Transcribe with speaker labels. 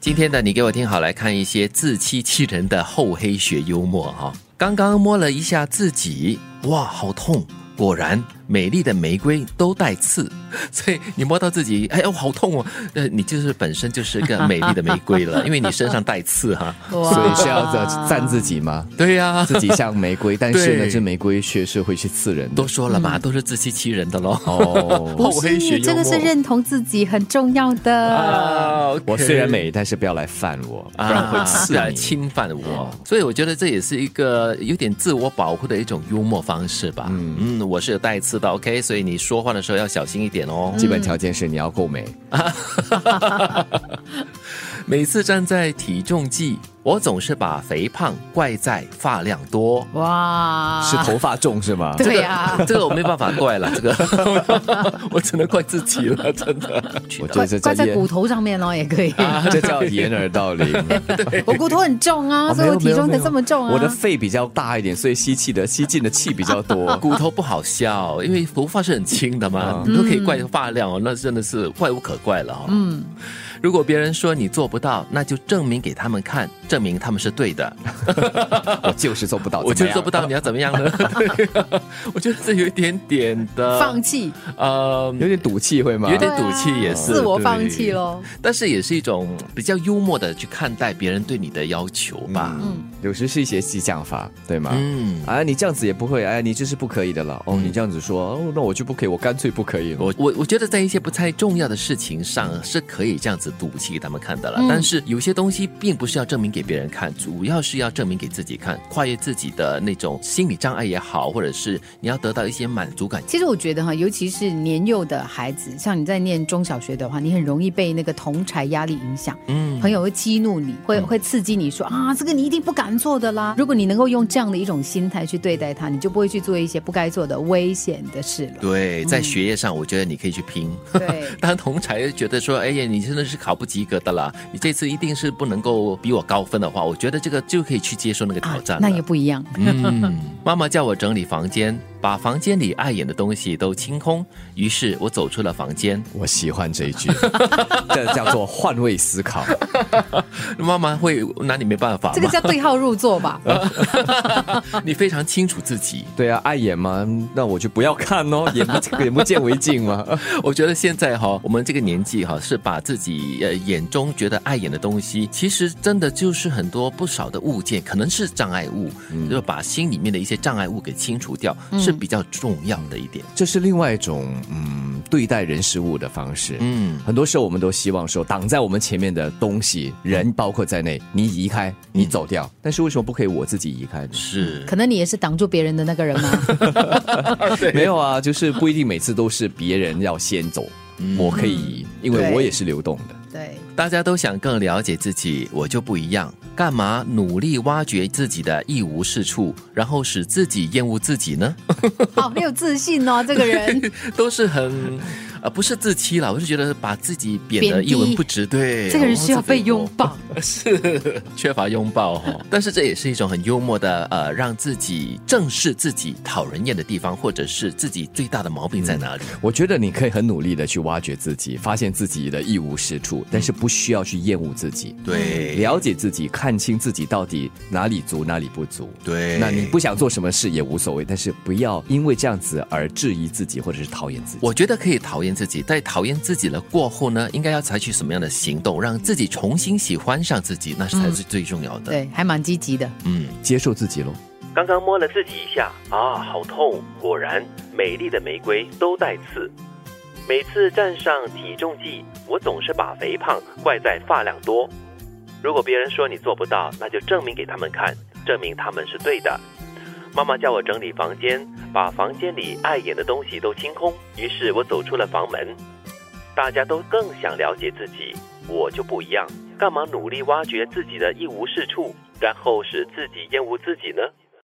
Speaker 1: 今天呢，你给我听好，来看一些自欺欺人的厚黑学幽默哈、刚刚摸了一下自己，哇，好痛！果然，美丽的玫瑰都带刺， 所以你摸到自己，哎呦，好痛哦！呃，你就是本身就是个美丽的玫瑰 了，因为你身上带刺哈、
Speaker 2: 所以是要赞自己吗？
Speaker 1: 对呀、
Speaker 2: 自己像玫瑰，但是呢，
Speaker 1: 对
Speaker 2: 这玫瑰却是会去刺 人的
Speaker 1: 都。说了嘛，都是自欺欺人的喽。
Speaker 2: 哦，
Speaker 1: 厚
Speaker 3: 不
Speaker 1: 黑学幽
Speaker 3: 是，
Speaker 1: 默，
Speaker 3: 这个是认同自己很重要
Speaker 2: 哎
Speaker 3: 的。
Speaker 1: 啊，OK
Speaker 2: 我虽然美，但是不要来犯我，
Speaker 3: 嗯
Speaker 2: 不然会刺
Speaker 1: 啊
Speaker 2: 你。
Speaker 1: 侵犯我，所以我觉得这也是一个有点自我保护的一种幽默方式吧。嗯我是有带刺的，OK，所以你说话的时候要小心一点哦。
Speaker 2: 基本条件是你要够美，
Speaker 1: 每次站在体重计，我总是把肥胖怪在发量多。
Speaker 3: 哇，
Speaker 2: 是头发重是吗？
Speaker 3: 啊对呀、
Speaker 1: 这个我没办法怪了，这个 我只能怪自己了，真的。
Speaker 2: 我觉
Speaker 3: 怪
Speaker 2: 得这
Speaker 3: 怪
Speaker 2: 叫
Speaker 3: 在
Speaker 2: 掩啊
Speaker 3: 骨头上面咯，也可以。
Speaker 2: 这叫掩耳 盗铃。
Speaker 3: 我骨头很重啊，
Speaker 2: 哦
Speaker 3: 所
Speaker 2: 没
Speaker 3: 以
Speaker 2: 有
Speaker 3: 我体重才这么重啊。
Speaker 2: 我的肺比较大一点，所以吸气的吸进的气比 较多。
Speaker 1: 骨头不好笑，因为头发是很轻的嘛，你都可以怪发量哦，那真的是怪无可怪了哦。嗯，如果别人说你做不到，那就证明给他们看，证明他们是对的。
Speaker 2: 我就是做不到，
Speaker 1: 我
Speaker 2: 怎
Speaker 1: 就
Speaker 2: 么样
Speaker 1: 做不到，你要怎么样呢？对啊我觉得这有一点点的
Speaker 3: 放弃，
Speaker 1: 呃，
Speaker 2: 有点赌气会吗？
Speaker 1: 有点赌气也是
Speaker 3: 自我放
Speaker 1: 对
Speaker 3: 弃咯。
Speaker 1: 但是也是一种比较幽默的去看待别人对你的要求吧。
Speaker 2: 嗯，有时是一些激将法，对吗？
Speaker 1: 嗯，
Speaker 2: 啊，你这样子也不会，哎，你这是不可以的了。
Speaker 3: 嗯
Speaker 2: 哦，你这样子说，哦，那我就不可以，我干脆不可以了。
Speaker 1: 我我我觉得在一些不太重要的事情上是可以这样子赌气给他们看的了，
Speaker 3: 嗯
Speaker 1: 但是有些东西并不是要证明给别人看，主要是要证明给自己看，跨越自己的那种心理障碍也好，或者是你要得到一些满足感。
Speaker 3: 其实我觉得哈，尤其是年幼的孩子，像你在念中小学的话，你很容易被那个同才压力影响，
Speaker 1: 嗯，
Speaker 3: 朋友会激怒你，会
Speaker 2: 嗯
Speaker 3: 会刺激你说啊，这个你一定不敢做的啦。如果你能够用这样的一种心态去对待他，你就不会去做一些不该做的危险的事了。
Speaker 1: 对，在学业上我觉得你可以去拼。
Speaker 3: 对，
Speaker 1: 当同才觉得说，哎呀，你真的是考不及格的啦，你这次一定是不能够比我高分的话，我觉得这个就可以去接受啊那个挑战、了。
Speaker 3: 那也不一样。
Speaker 1: 嗯，妈妈叫我整理房间，把房间里碍眼的东西都清空。于是我走出了房间。
Speaker 2: 我喜欢这一句， 这叫做换位思考。
Speaker 1: 妈妈会拿你没办法
Speaker 3: 这个
Speaker 1: 吗？
Speaker 3: 叫对号入座吧？
Speaker 1: 你非常清楚自己。
Speaker 2: 对啊，碍眼吗？那我就不要看哦， 眼不眼不见为净嘛。
Speaker 1: 我觉得现在哈、我们这个年纪哈、是把自己呃眼中觉得碍眼的东西，其实真的就是很多不少的物件，可能是障碍物，就把心里面的一些障碍物给清除掉，是比较重要的一点。
Speaker 2: 这是另外一种嗯对待人事物的方式。
Speaker 1: 嗯，
Speaker 2: 很多时候我们都希望说，挡在我们前面的东西、人包括在内，你移开，你走掉。但是为什么不可以我自己移开呢？
Speaker 1: 是。
Speaker 3: 可能你也是挡住别人的那个人吗？啊
Speaker 2: 没有啊，就是不一定每次都是别人要先走，我可以移，因为我也是流动的。
Speaker 3: 对，
Speaker 1: 大家都想更了解自己，我就不一样。干嘛努力挖掘自己的一无是处，然后使自己厌恶自己呢？
Speaker 3: 好没有自信哦，这个人。
Speaker 1: 都是 很，呃，不是自欺啦，我是觉得把自己贬得
Speaker 3: 贬低
Speaker 1: 一文不值。对，哦
Speaker 3: 这个人需要被拥抱，
Speaker 1: 是缺乏拥抱哈、 但是这也是一种很幽默的，呃，让自己正视自己讨人厌的地方，或者是自己最大的毛病在哪里。
Speaker 3: 嗯
Speaker 2: 我觉得你可以很努力的去挖掘自己，发现自己的一无是处，但是不需要去厌恶自己。
Speaker 1: 对
Speaker 2: 了解自己，看清自己到底哪里足，哪里不足。
Speaker 1: 对
Speaker 2: 那你不想做什么事也无所谓，但是不要因为这样子而质疑自己，或者是讨厌自己。
Speaker 1: 我觉得可以讨厌自己，在讨厌自己了过后呢，应该要采取什么样的行动，让自己重新喜欢上自己，那才是最重要的。
Speaker 3: 对，还蛮积极的。
Speaker 1: 嗯，
Speaker 2: 接受自己喽。
Speaker 1: 刚刚摸了自己一下，啊，好痛！果然，美丽的玫瑰都带刺。每次站上体重计，我总是把肥胖怪在发量多。如果别人说你做不到，那就证明给他们看，证明他们是对的。妈妈叫我整理房间，把房间里碍眼的东西都清空。于是我走出了房门。大家都更想了解自己，我就不一样。干嘛努力挖掘自己的一无是处，然后使自己厌恶自己呢？